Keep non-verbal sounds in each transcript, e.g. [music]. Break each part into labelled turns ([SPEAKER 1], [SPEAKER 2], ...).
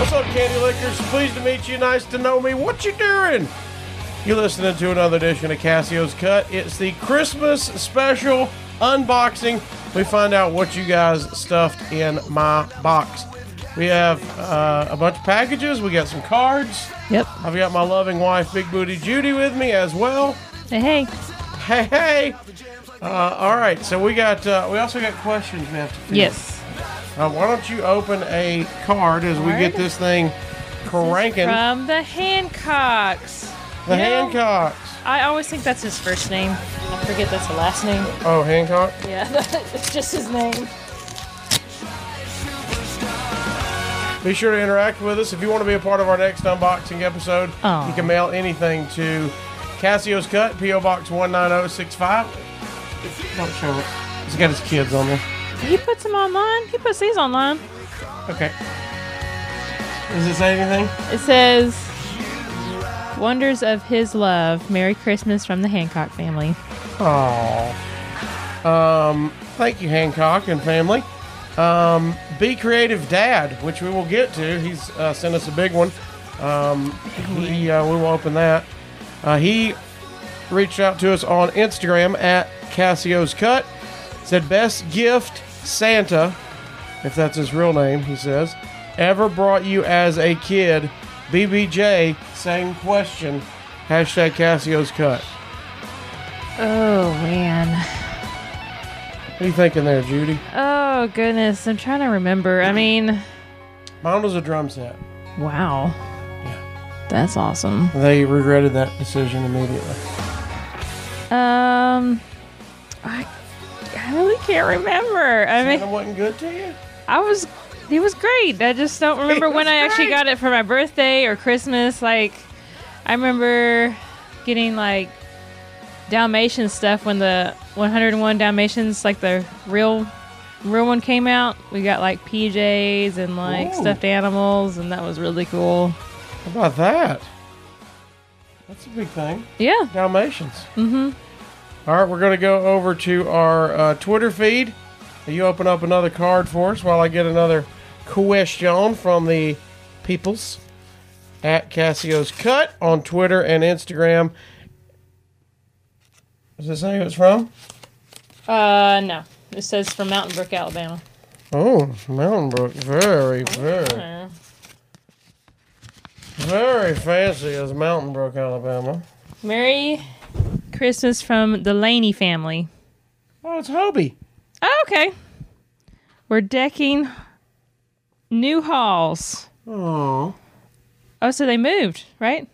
[SPEAKER 1] What's up, Candy Lickers? Pleased to meet you. Nice to know me. What you doing? You're listening to another edition of Casio's Cut. It's the Christmas special unboxing. We find out what you guys stuffed in my box. We have uh, a bunch of packages. We got some cards.
[SPEAKER 2] Yep.
[SPEAKER 1] I've got my loving wife, Big Booty Judy, with me as well.
[SPEAKER 2] Hey, hey.
[SPEAKER 1] Hey, hey. Uh, all right. So we got. Uh, we also got questions we have to. Field.
[SPEAKER 2] Yes.
[SPEAKER 1] Uh, why don't you open a card as we get
[SPEAKER 2] Card?
[SPEAKER 1] this thing cranking?
[SPEAKER 2] From the Hancocks.
[SPEAKER 1] The
[SPEAKER 2] You know,
[SPEAKER 1] Hancocks.
[SPEAKER 2] I always think that's his first name. I forget that's the last name.
[SPEAKER 1] Oh, Hancock.
[SPEAKER 2] Yeah, [laughs] it's just his name.
[SPEAKER 1] Be sure to interact with us. If you want to be a part of our next unboxing episode,
[SPEAKER 2] Aw.
[SPEAKER 1] you can mail anything to Casio's Cut, P.O. Box 19065. Don't show it. He's got his kids on there.
[SPEAKER 2] He puts them online. He puts these online.
[SPEAKER 1] Okay. Does it say anything?
[SPEAKER 2] It says, "Wonders of His Love." Merry Christmas from the Hancock family.
[SPEAKER 1] Oh. Um, thank you, Hancock and family. Um, Be Creative Dad, which we will get to. He's uh, sent us a big one. Um, he, uh, we will open that. Uh, he reached out to us on Instagram at Casio's Cut. Said, Best gift Santa, if that's his real name, he says, ever brought you as a kid. BBJ, same question. Hashtag Casio's Cut.
[SPEAKER 2] Oh man.
[SPEAKER 1] What are you thinking there, Judy?
[SPEAKER 2] Oh goodness. I'm trying to remember. I mean,
[SPEAKER 1] Mine was a drum set.
[SPEAKER 2] wow. That's awesome.
[SPEAKER 1] They regretted that decision immediately.
[SPEAKER 2] Um, I, I really can't remember. I mean,
[SPEAKER 1] Santa wasn't good to you?
[SPEAKER 2] I was he was great. I just don't remember when I actually got it for my birthday or Christmas. Like I remember getting like Dalmatian stuff when the 101 Dalmatians like the real real one came out. We got like PJs and like
[SPEAKER 1] Ooh.
[SPEAKER 2] stuffed animals and that was really cool.
[SPEAKER 1] How about that? That's a big thing.
[SPEAKER 2] Yeah.
[SPEAKER 1] Dalmatians. Mm-hmm. All right, we're going to go over to our uh, Twitter feed. You open up another card for us while I get another question from the peoples at Casio's Cut on Twitter and Instagram. Does it say who it's from?
[SPEAKER 2] Uh no. It says from Mountain Brook, Alabama.
[SPEAKER 1] Oh, Mountain Brook. Very, very.
[SPEAKER 2] Uh,
[SPEAKER 1] Very fancy is Mountain Brook, Alabama.
[SPEAKER 2] Merry Christmas from the Laney family.
[SPEAKER 1] Oh, it's Hobie.
[SPEAKER 2] Oh, okay. We're decking new halls.
[SPEAKER 1] Oh,
[SPEAKER 2] Oh, so they moved, right?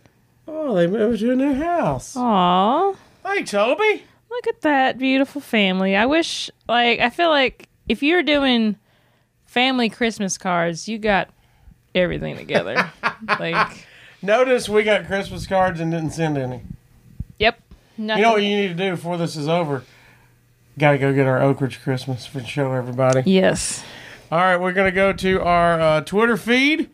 [SPEAKER 1] oh, they moved to a new house.
[SPEAKER 2] Aw.
[SPEAKER 1] Hey, Toby.
[SPEAKER 2] Look at that beautiful family. I wish, like, I feel like if you're doing family Christmas cards, you got everything together. like,
[SPEAKER 1] Notice we got Christmas cards and didn't send any.
[SPEAKER 2] yep. Nothing.
[SPEAKER 1] You know what you need to do before this is over? Got to go get our Oak Ridge Christmas for show everybody.
[SPEAKER 2] yes.
[SPEAKER 1] All right, we're gonna go to our uh, Twitter feed.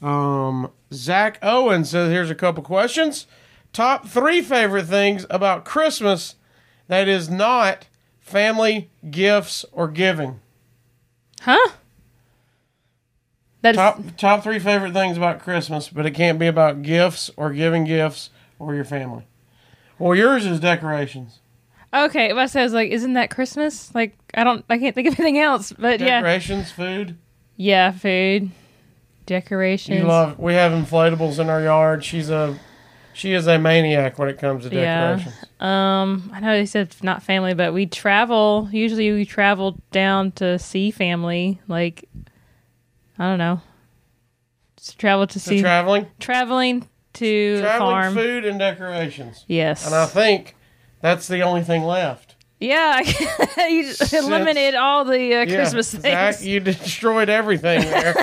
[SPEAKER 1] Um, Zach Owen says, "Here's a couple questions. Top three favorite things about Christmas that is not family gifts or giving.
[SPEAKER 2] Huh? That's
[SPEAKER 1] Top top three favorite things about Christmas, but it can't be about gifts or giving gifts or your family. Well, yours is decorations.
[SPEAKER 2] okay. But I said, I was like, isn't that Christmas? Like, I don't, I can't think of anything else. But yeah,
[SPEAKER 1] Decorations, food.
[SPEAKER 2] yeah, food, decorations.
[SPEAKER 1] You love. We have inflatables in our yard. She's a she is a maniac when it comes to
[SPEAKER 2] Yeah.
[SPEAKER 1] decorations."
[SPEAKER 2] Um, I know they said not family, but we travel. Usually, we travel down to see family. Like, I don't know, just travel to
[SPEAKER 1] So
[SPEAKER 2] see
[SPEAKER 1] traveling,
[SPEAKER 2] traveling to a
[SPEAKER 1] traveling,
[SPEAKER 2] farm.
[SPEAKER 1] food, and decorations.
[SPEAKER 2] Yes.
[SPEAKER 1] And I think that's the only thing left.
[SPEAKER 2] yeah, [laughs] you just eliminated all the uh, Christmas
[SPEAKER 1] yeah,
[SPEAKER 2] things.
[SPEAKER 1] Zach, you [laughs] destroyed everything
[SPEAKER 2] [laughs]
[SPEAKER 1] there.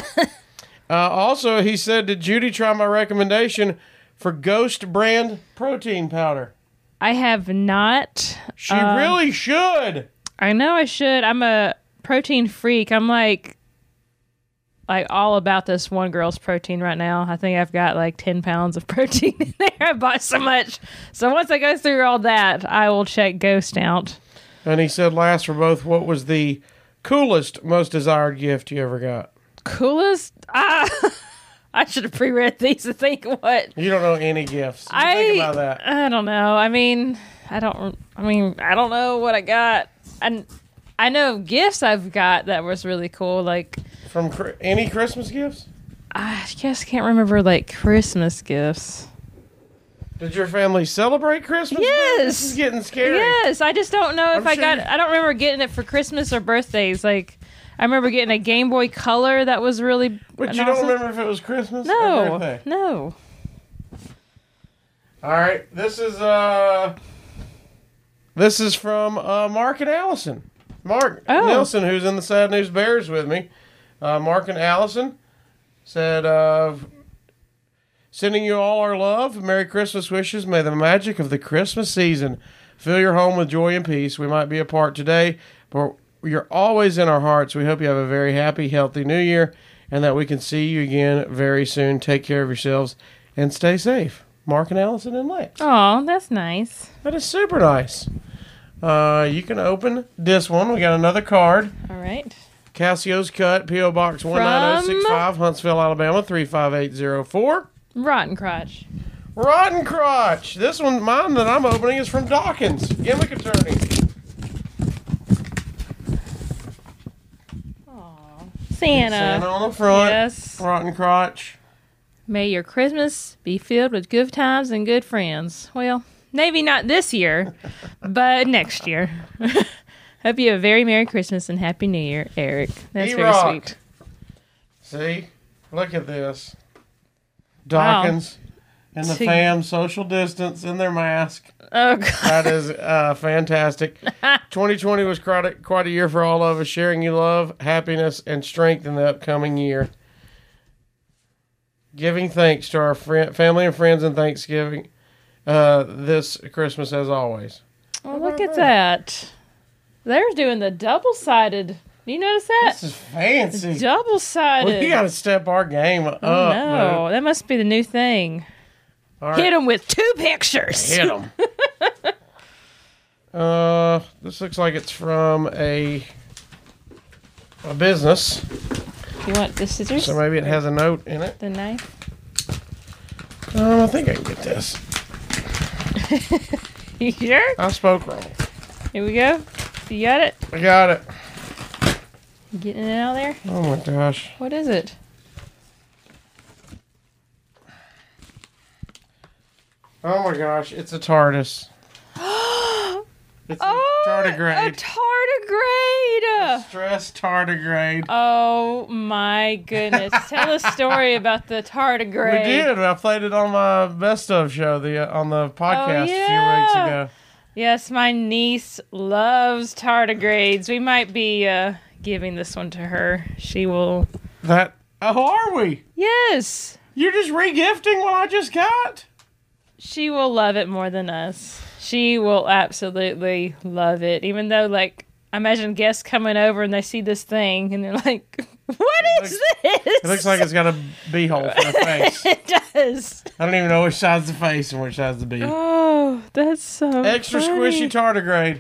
[SPEAKER 1] uh, also, he said, "Did Judy try my recommendation for Ghost brand protein powder?
[SPEAKER 2] I have not.
[SPEAKER 1] She really should."
[SPEAKER 2] I know I should. I'm a protein freak. I'm like, like all about this one girl's protein right now. I think I've got like ten pounds of [laughs] protein in there. I bought so much. So once I go through all that, I will check Ghost out.
[SPEAKER 1] And he said last for both, what was the coolest, most desired gift you ever got?
[SPEAKER 2] Coolest. Ah, [laughs] I should have pre-read these to think what.
[SPEAKER 1] You don't know any gifts. You
[SPEAKER 2] I
[SPEAKER 1] think about that.
[SPEAKER 2] I don't know. I mean, I don't. I mean, I don't know what I got. And I know gifts I've got that was really cool. Like
[SPEAKER 1] From Chri- any Christmas gifts?
[SPEAKER 2] I guess I can't remember like Christmas gifts.
[SPEAKER 1] Did your family celebrate Christmas? Man,
[SPEAKER 2] Yes.
[SPEAKER 1] This is getting scary.
[SPEAKER 2] Yes, I just don't know if
[SPEAKER 1] I'm
[SPEAKER 2] I
[SPEAKER 1] sure
[SPEAKER 2] got.
[SPEAKER 1] you-
[SPEAKER 2] I don't remember getting it for Christmas or birthdays. Like I remember getting a Game Boy Color that was really.
[SPEAKER 1] But
[SPEAKER 2] an
[SPEAKER 1] you don't
[SPEAKER 2] awesome-
[SPEAKER 1] remember if it was Christmas or
[SPEAKER 2] No,
[SPEAKER 1] birthday?
[SPEAKER 2] no.
[SPEAKER 1] All right. This is uh This is from uh, Mark and Allison. Mark
[SPEAKER 2] Oh.
[SPEAKER 1] Nelson, who's in the Sad News Bears with me. Uh, Mark and Allison said uh sending you all our love, Merry Christmas wishes. May the magic of the Christmas season fill your home with joy and peace. We might be apart today, but you're always in our hearts. We hope you have a very happy, healthy new year and that we can see you again very soon. Take care of yourselves and stay safe. Mark and Allison and Lex.
[SPEAKER 2] Oh, that's nice.
[SPEAKER 1] That is super nice. Uh, you can open this one. We got another card.
[SPEAKER 2] All right.
[SPEAKER 1] Casio's Cut, P.O. Box 19065, Huntsville, Alabama 35804.
[SPEAKER 2] Rotten crotch.
[SPEAKER 1] Rotten Crotch. This one, mine that I'm opening, is from Dawkins, gimmick attorney.
[SPEAKER 2] Santa.
[SPEAKER 1] Santa on the front.
[SPEAKER 2] Yes.
[SPEAKER 1] Rotten Crotch.
[SPEAKER 2] May your Christmas be filled with good times and good friends. Well, maybe not
[SPEAKER 1] [laughs]
[SPEAKER 2] this year, but next year. [laughs] Hope you have a very Merry Christmas and Happy New Year, Eric. That's
[SPEAKER 1] E-Rock.
[SPEAKER 2] very sweet.
[SPEAKER 1] See? Look at this. Dawkins and the
[SPEAKER 2] To-
[SPEAKER 1] fam, social distance in their mask.
[SPEAKER 2] Oh, God.
[SPEAKER 1] That is uh, fantastic. 2020 was quite a, quite a year for all of us, sharing you love, happiness, and strength in the upcoming year. Giving thanks to our friend, family and friends in Thanksgiving uh, this Christmas, as always.
[SPEAKER 2] Oh, look at that. They're doing the double sided. You notice
[SPEAKER 1] This
[SPEAKER 2] that?
[SPEAKER 1] is fancy.
[SPEAKER 2] Double sided.
[SPEAKER 1] We got to step our game up.
[SPEAKER 2] oh, no. That must be the new thing.
[SPEAKER 1] All
[SPEAKER 2] Hit 'em Hit them with two pictures.
[SPEAKER 1] Hit them.
[SPEAKER 2] [laughs]
[SPEAKER 1] uh, this looks like it's from a a business,
[SPEAKER 2] You want the scissors?
[SPEAKER 1] so maybe it has a note in it.
[SPEAKER 2] The knife?
[SPEAKER 1] Um, I think I can get this.
[SPEAKER 2] You sure?
[SPEAKER 1] I spoke wrong.
[SPEAKER 2] Here we go. You got it?
[SPEAKER 1] I got it.
[SPEAKER 2] Getting it out there?
[SPEAKER 1] Oh my gosh.
[SPEAKER 2] What is it?
[SPEAKER 1] Oh my gosh. It's a
[SPEAKER 2] [gasps]
[SPEAKER 1] TARDIS. it's a
[SPEAKER 2] Oh, A
[SPEAKER 1] tardigrade.
[SPEAKER 2] tardigrade.
[SPEAKER 1] Stress tardigrade.
[SPEAKER 2] Oh my goodness. Tell a story about
[SPEAKER 1] [laughs]
[SPEAKER 2] the
[SPEAKER 1] We
[SPEAKER 2] tardigrade.
[SPEAKER 1] did. I played it on my best of show the uh, on the podcast a few weeks
[SPEAKER 2] Oh, yeah.
[SPEAKER 1] ago.
[SPEAKER 2] Yes, my niece loves tardigrades. We might be uh, giving this one to her. She will.
[SPEAKER 1] That. Oh, are we?
[SPEAKER 2] Yes,
[SPEAKER 1] You're just regifting what I just got.
[SPEAKER 2] she will love it more than us. She will absolutely love it, even though, like, I imagine guests coming over and they see this thing and they're like, [laughs] "What is this?"
[SPEAKER 1] It looks like it's got a bee hole for a face.
[SPEAKER 2] [laughs] it does.
[SPEAKER 1] I don't even know which side's the face and which side's the bee.
[SPEAKER 2] Oh, that's so
[SPEAKER 1] Extra squishy tardigrade.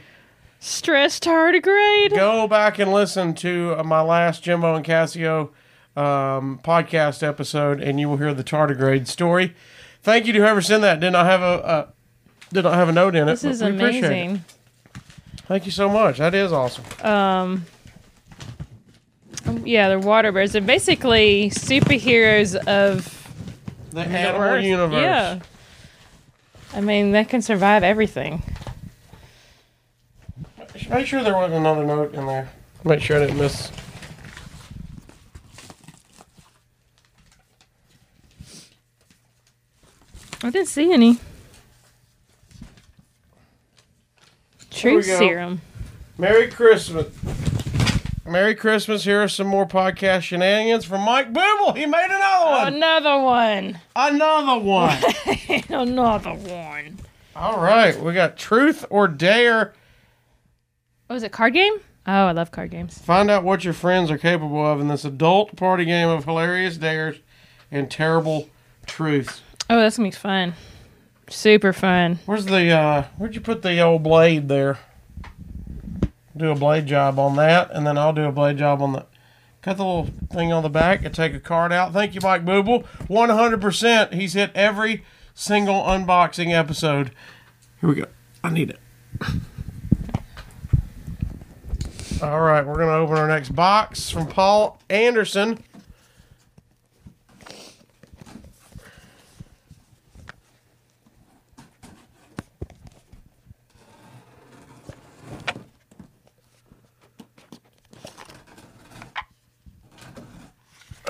[SPEAKER 2] stress tardigrade.
[SPEAKER 1] go back and listen to uh, my last Jimbo and Cassio um, podcast episode, and you will hear the tardigrade story. Thank you to whoever sent that. Did not have a uh, did not have a note in it.
[SPEAKER 2] This
[SPEAKER 1] but
[SPEAKER 2] is
[SPEAKER 1] we appreciate It.
[SPEAKER 2] amazing.
[SPEAKER 1] Thank you so much. That is awesome.
[SPEAKER 2] Um, yeah, they're water bears. They're basically superheroes of
[SPEAKER 1] The
[SPEAKER 2] the
[SPEAKER 1] animal
[SPEAKER 2] earth.
[SPEAKER 1] universe.
[SPEAKER 2] Yeah, I mean they can survive everything.
[SPEAKER 1] Make sure there wasn't another note in there. Make sure I didn't miss.
[SPEAKER 2] I didn't see any. True
[SPEAKER 1] we go.
[SPEAKER 2] serum.
[SPEAKER 1] Merry Christmas. Merry Christmas. Here are some more podcast shenanigans from Mike Booble. He made
[SPEAKER 2] Uh,
[SPEAKER 1] another one.
[SPEAKER 2] Another one. [laughs]
[SPEAKER 1] Another one.
[SPEAKER 2] Another one.
[SPEAKER 1] All right. We got Truth or Dare
[SPEAKER 2] Oh, is it card game? Oh, I love card games.
[SPEAKER 1] Find out what your friends are capable of in this adult party game of hilarious dares and terrible truths.
[SPEAKER 2] Oh, that's gonna be fun. Super fun.
[SPEAKER 1] Where's the uh where'd you put the old blade there? Do a blade job on that, and then I'll do a blade job on the cut the little thing on the back and take a card out. Thank you, Mike Booble. One hundred percent. He's hit every single unboxing episode. Here we go. I need it. All right, we're gonna open our next box from Paul Anderson.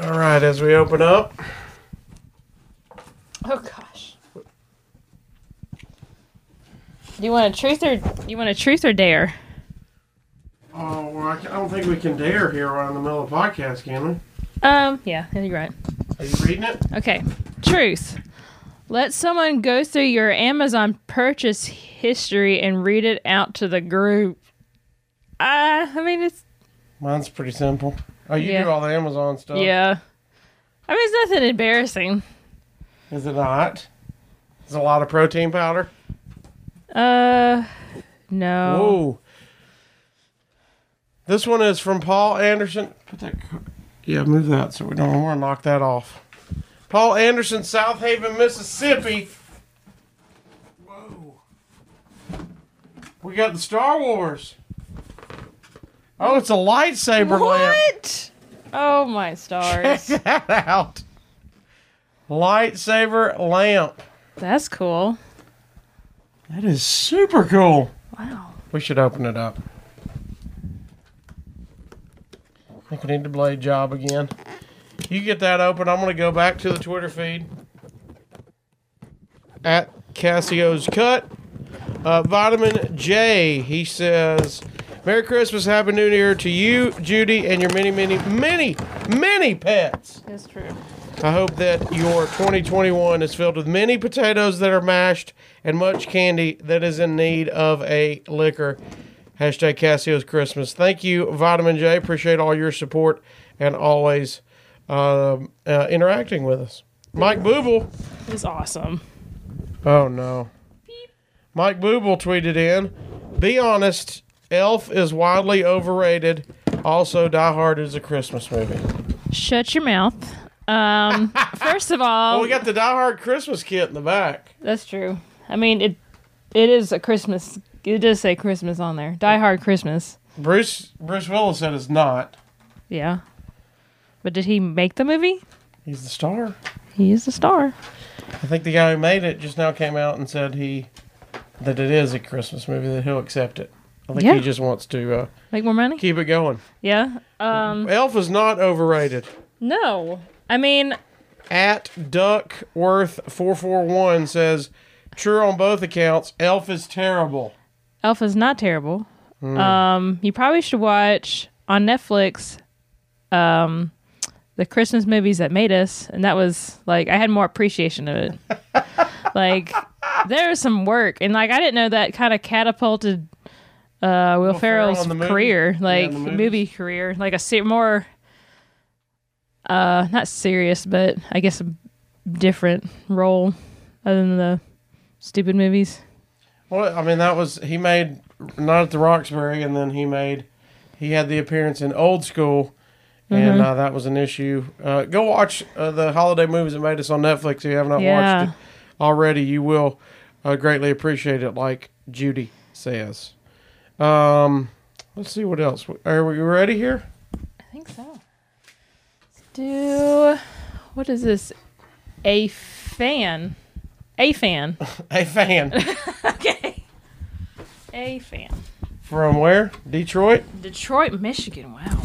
[SPEAKER 1] All right, as we open up,
[SPEAKER 2] Oh gosh. Do you want a truth or you want a truth or dare?
[SPEAKER 1] oh, well, I, ca- I don't think we can dare here right in the middle of the podcast, can
[SPEAKER 2] Um, yeah, you're right.
[SPEAKER 1] we? Are you reading it?
[SPEAKER 2] Okay. Truth. Let someone go through your Amazon purchase history and read it out to the group. Uh, I mean it's
[SPEAKER 1] Mine's pretty simple. Oh, you
[SPEAKER 2] Yeah.
[SPEAKER 1] do all the Amazon stuff.
[SPEAKER 2] yeah. I mean it's nothing embarrassing.
[SPEAKER 1] Is it not? It's a lot of protein powder.
[SPEAKER 2] Uh no.
[SPEAKER 1] Whoa. This one is from Paul Anderson. Put that. car- Yeah, move that so we don't want to knock that off. Paul Anderson, South Haven, Mississippi. Whoa. We got the Star Wars. Oh, it's a lightsaber lamp. [laughs]
[SPEAKER 2] What? Oh my stars.
[SPEAKER 1] Check that out. Lightsaber lamp.
[SPEAKER 2] That's cool.
[SPEAKER 1] That is super cool.
[SPEAKER 2] Wow.
[SPEAKER 1] We should open it up. I think we need the blade job again. You get that open. I'm going to go back to the Twitter feed at Cassio's Cut. Uh, Vitamin J, he says, Merry Christmas, Happy New Year to you, Judy, and your many, many, many, many pets.
[SPEAKER 2] That's true.
[SPEAKER 1] I hope that your 2021 is filled with many potatoes that are mashed and much candy that is in need of a liquor. Hashtag Cassio's Christmas. Thank you, Vitamin J. Appreciate all your support and always um, uh, interacting with us. Mike Booble.
[SPEAKER 2] It was awesome.
[SPEAKER 1] Oh, no. Mike Booble tweeted in Be honest, Elf is wildly overrated. Also, Die Hard is a Christmas movie.
[SPEAKER 2] Shut your mouth.
[SPEAKER 1] [laughs]
[SPEAKER 2] Um, first of all,
[SPEAKER 1] Well, we got the Die Hard Christmas kit in the back.
[SPEAKER 2] that's true. I mean, it it is a Christmas. It does say Christmas on there. Die Hard Christmas.
[SPEAKER 1] Bruce Bruce Willis said it's not.
[SPEAKER 2] Yeah. But did he make the movie?
[SPEAKER 1] He's the star.
[SPEAKER 2] He is the star.
[SPEAKER 1] I think the guy who made it just now came out and said he that it is a Christmas movie that he'll accept it. I think
[SPEAKER 2] Yeah.
[SPEAKER 1] he just wants to uh,
[SPEAKER 2] Make more money?
[SPEAKER 1] keep it going.
[SPEAKER 2] Yeah. Um,
[SPEAKER 1] Elf is not overrated.
[SPEAKER 2] no. I mean,
[SPEAKER 1] At Duckworth four four one says, true on both accounts. Elf is terrible.
[SPEAKER 2] Elf is not terrible.
[SPEAKER 1] Mm.
[SPEAKER 2] Um, you probably should watch on Netflix um, the Christmas movies that made us, and that was like I had more appreciation of it.
[SPEAKER 1] [laughs]
[SPEAKER 2] like there was some work, and like I didn't know that kind of catapulted uh,
[SPEAKER 1] Ferrell
[SPEAKER 2] Will, Ferrell's
[SPEAKER 1] in the movies?
[SPEAKER 2] career, like
[SPEAKER 1] the movies.
[SPEAKER 2] movie career, like a se- more uh, not serious, but I guess a different role other than the stupid movies.
[SPEAKER 1] Well, I mean that was he made not at the Roxbury, and then he made he had the appearance in Old School, and uh, that was an issue. Uh, go watch uh, the holiday movies that made us on Netflix. If you have not
[SPEAKER 2] Yeah.
[SPEAKER 1] watched it already, you will uh, greatly appreciate it. Like Judy says. Um, let's see what else. Are we ready here? [laughs]
[SPEAKER 2] I think so. Let's do what is this? A fan. A fan.
[SPEAKER 1] A fan
[SPEAKER 2] okay. A fan.
[SPEAKER 1] from where? Detroit.
[SPEAKER 2] Detroit, Michigan. Wow.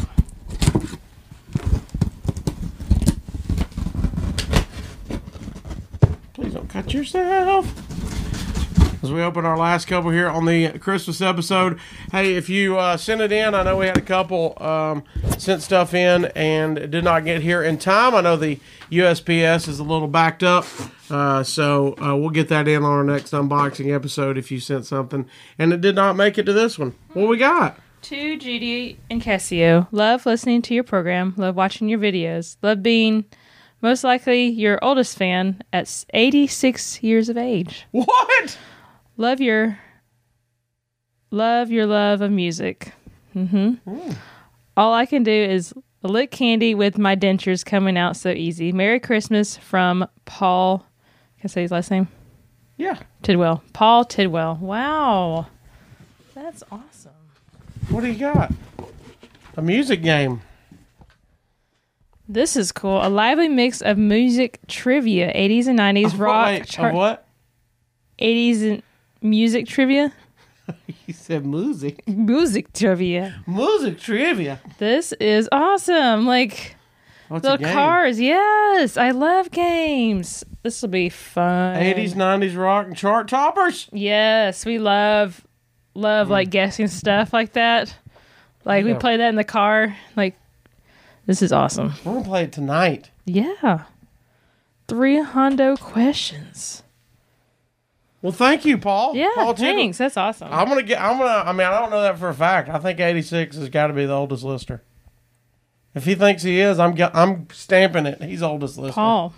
[SPEAKER 1] Please don't cut yourself. As we open our last couple here on the Christmas episode, hey, if you uh, sent it in, I know we had a couple um, sent stuff in and it did not get here in time. I know the USPS is a little backed up, uh, so uh, we'll get that in on our next unboxing episode if you sent something and it did not make it to this one. What we got?
[SPEAKER 2] To Judy and Cassio, love listening to your program, love watching your videos, love being most likely your oldest fan at s- 86 years of age.
[SPEAKER 1] What?
[SPEAKER 2] Love your love your love of music. Mm-hmm.
[SPEAKER 1] Hmm.
[SPEAKER 2] All I can do is lick candy with my dentures coming out so easy. Merry Christmas from Paul. Can I say his last name?
[SPEAKER 1] Yeah.
[SPEAKER 2] Tidwell. Paul Tidwell. Wow, that's awesome.
[SPEAKER 1] What do you got? A music game.
[SPEAKER 2] This is cool. A lively mix of music trivia, 80s and 90s rock
[SPEAKER 1] Wait,
[SPEAKER 2] chart,
[SPEAKER 1] of what? [laughs]
[SPEAKER 2] 80s and music trivia,
[SPEAKER 1] You said [laughs] music.
[SPEAKER 2] music trivia.
[SPEAKER 1] Music trivia.
[SPEAKER 2] This is awesome. Like
[SPEAKER 1] What's
[SPEAKER 2] the
[SPEAKER 1] a game?
[SPEAKER 2] cars. Yes, I love games. This will be fun.
[SPEAKER 1] 80s, 90s rock and chart toppers.
[SPEAKER 2] Yes, we love love like guessing stuff like that. Like we
[SPEAKER 1] Mm. Yeah.
[SPEAKER 2] play that in the car. Like this is awesome.
[SPEAKER 1] We're going to play it tonight.
[SPEAKER 2] Yeah. Three Hondo questions.
[SPEAKER 1] Well, thank you, Paul.
[SPEAKER 2] Yeah,
[SPEAKER 1] Paul Tidwell.
[SPEAKER 2] thanks. That's awesome.
[SPEAKER 1] I'm gonna get. I'm gonna. I mean, I don't know that for a fact. I think 86 has got to be the oldest listener. If he thinks he is, I'm. ge- I'm stamping it. He's oldest listener.
[SPEAKER 2] Paul,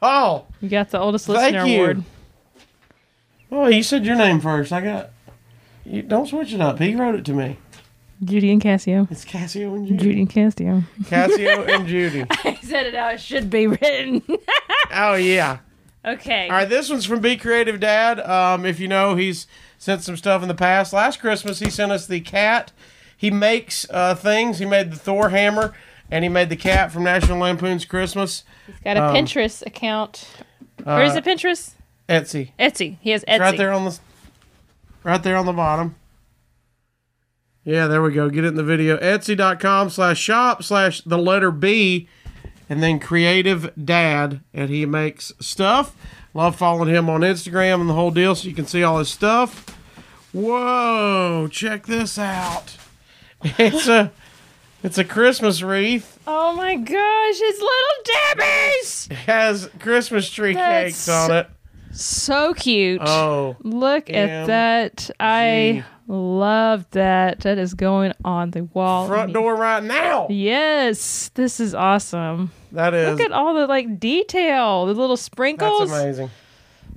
[SPEAKER 1] Paul.
[SPEAKER 2] you got the oldest
[SPEAKER 1] Thank
[SPEAKER 2] listener
[SPEAKER 1] you.
[SPEAKER 2] award.
[SPEAKER 1] Oh, you said your name first. I got. You don't switch it up. He wrote it to me.
[SPEAKER 2] Judy
[SPEAKER 1] [laughs]
[SPEAKER 2] and Cassio.
[SPEAKER 1] It's Cassio and
[SPEAKER 2] [laughs]
[SPEAKER 1] Judy.
[SPEAKER 2] Judy
[SPEAKER 1] [laughs]
[SPEAKER 2] and Cassio.
[SPEAKER 1] Cassio and Judy.
[SPEAKER 2] I said it out. It should be written. [laughs]
[SPEAKER 1] Oh yeah.
[SPEAKER 2] okay.
[SPEAKER 1] All right, this one's from Be Creative Dad. Um, if you know, he's sent some stuff in the past. Last Christmas, he sent us the cat. He makes uh, things. He made the Thor hammer, and he made the cat from National Lampoon's Christmas.
[SPEAKER 2] He's got a
[SPEAKER 1] Um,
[SPEAKER 2] Pinterest account. Where is
[SPEAKER 1] uh,
[SPEAKER 2] it Pinterest?
[SPEAKER 1] Etsy.
[SPEAKER 2] Etsy. He has Etsy.
[SPEAKER 1] It's right there on the right there on the bottom. Yeah, there we go. Get it in the video. Etsy.com slash shop slash the letter B and then creative dad. And he makes stuff. Love following him on Instagram and the whole deal so you can see all his stuff. Whoa, check this out. [laughs] It's a it's a Christmas wreath.
[SPEAKER 2] Oh my gosh, it's little Debbie's!
[SPEAKER 1] It has Christmas tree
[SPEAKER 2] That's-
[SPEAKER 1] cakes on it.
[SPEAKER 2] So cute.
[SPEAKER 1] Oh.
[SPEAKER 2] Look
[SPEAKER 1] M-
[SPEAKER 2] at that. I
[SPEAKER 1] G.
[SPEAKER 2] love that. That is going on the wall.
[SPEAKER 1] Front door right now.
[SPEAKER 2] Yes, this is awesome.
[SPEAKER 1] That is
[SPEAKER 2] Look at all the like detail, the little
[SPEAKER 1] that's
[SPEAKER 2] sprinkles.
[SPEAKER 1] amazing.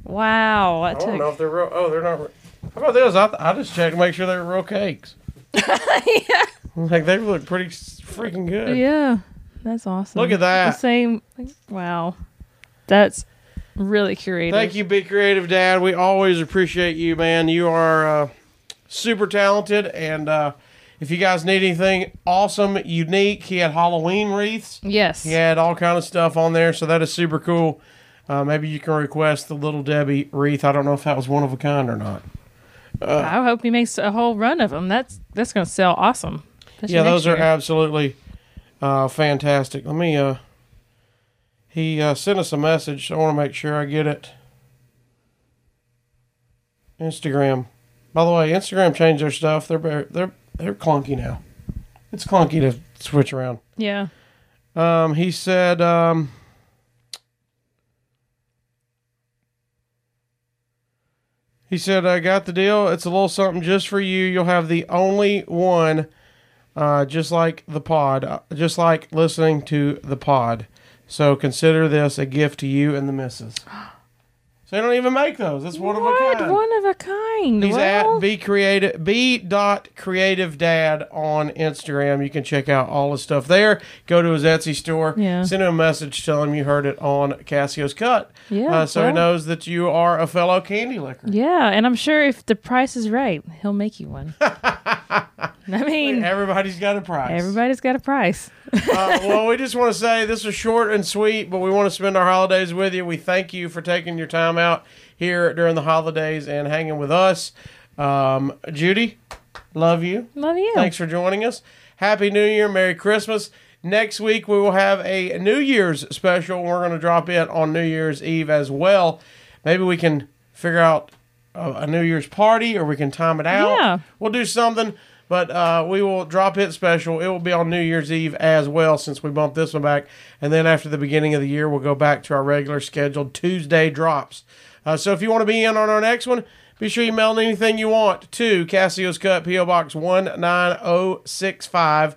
[SPEAKER 2] Wow, that
[SPEAKER 1] I don't know
[SPEAKER 2] took.
[SPEAKER 1] if they're real. Oh, they're not. re- How about this? I, I just checked to make sure they're real
[SPEAKER 2] [laughs]
[SPEAKER 1] cakes. Like they look pretty s- freaking good.
[SPEAKER 2] Yeah, that's awesome.
[SPEAKER 1] Look at that.
[SPEAKER 2] The same. Wow, that's really curated.
[SPEAKER 1] Thank you, Be Creative Dad. We always appreciate you, man. You are uh, super talented, and uh, if you guys need anything awesome, unique, he had Halloween wreaths.
[SPEAKER 2] Yes.
[SPEAKER 1] He had all kind of stuff on there, so that is super cool. Uh, maybe you can request the Little Debbie wreath. I don't know if that was one of a kind or not. Uh,
[SPEAKER 2] I hope he makes a whole run of them. That's that's gonna sell awesome. That's
[SPEAKER 1] yeah,
[SPEAKER 2] your next
[SPEAKER 1] those are
[SPEAKER 2] year.
[SPEAKER 1] absolutely uh, fantastic. Let me. Uh, he uh, sent us a message. So I want to make sure I get it. Instagram. By the way, Instagram changed their stuff. They're bar- they're they're clunky now. It's clunky to switch around.
[SPEAKER 2] yeah.
[SPEAKER 1] Um, he said. Um, he said, "I got the deal. It's a little something just for you. You'll have the only one, uh, just like the pod, uh, just like listening to the pod. So consider this a gift to you and the missus." [gasps] So they don't even make those. That's one of a
[SPEAKER 2] What?
[SPEAKER 1] kind.
[SPEAKER 2] One of a kind.
[SPEAKER 1] He's
[SPEAKER 2] Well,
[SPEAKER 1] at b creative b dot creative dad on Instagram. You can check out all his stuff there. Go to his Etsy store.
[SPEAKER 2] Yeah.
[SPEAKER 1] Send him a message. Tell him you heard it on Cassio's Cut.
[SPEAKER 2] Yeah,
[SPEAKER 1] Uh, so he
[SPEAKER 2] well.
[SPEAKER 1] knows that you are a fellow candy licker.
[SPEAKER 2] Yeah, and I'm sure if the price is right, he'll make
[SPEAKER 1] [laughs]
[SPEAKER 2] you one. I mean,
[SPEAKER 1] Everybody's got a price.
[SPEAKER 2] everybody's got a price.
[SPEAKER 1] uh, well, we just want to say this was short and sweet, but we want to spend our holidays with you. We thank you for taking your time out here during the holidays and hanging with us. Um, Judy, love you.
[SPEAKER 2] Love you.
[SPEAKER 1] Thanks for joining us. Happy New Year. Merry Christmas. Next week, we will have a New Year's special. We're going to drop it on New Year's Eve as well. Maybe we can figure out a, a New Year's party or we can time it out.
[SPEAKER 2] Yeah.
[SPEAKER 1] We'll do something, but uh, we will drop it special. It will be on New Year's Eve as well since we bumped this one back. And then after the beginning of the year, we'll go back to our regular scheduled Tuesday drops. Uh, so if you want to be in on our next one, Be sure you mail in anything you want to Cassio's Cut, P.O. Box 19065,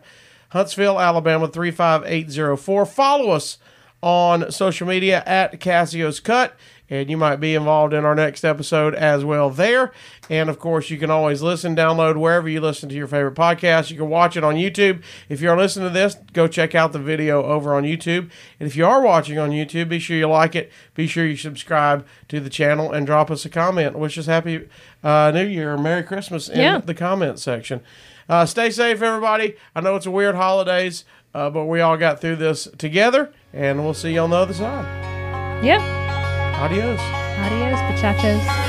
[SPEAKER 1] Huntsville, Alabama 35804. Follow us on social media at Cassio's Cut, and you might be involved in our next episode as well there. And of course, you can always listen, download wherever you listen to your favorite podcast. You can watch it on YouTube. If you're listening to this, go check out the video over on YouTube. And if you are watching on YouTube, be sure you like it, be sure you subscribe to the channel, and drop us a comment. Wish us happy uh, New Year or Merry Christmas in
[SPEAKER 2] Yeah.
[SPEAKER 1] the comment section. Uh, stay safe, everybody. I know it's a weird holidays, uh, but we all got through this together, and we'll see you on the other side.
[SPEAKER 2] Yeah.
[SPEAKER 1] Adios.
[SPEAKER 2] Adios, pachachos.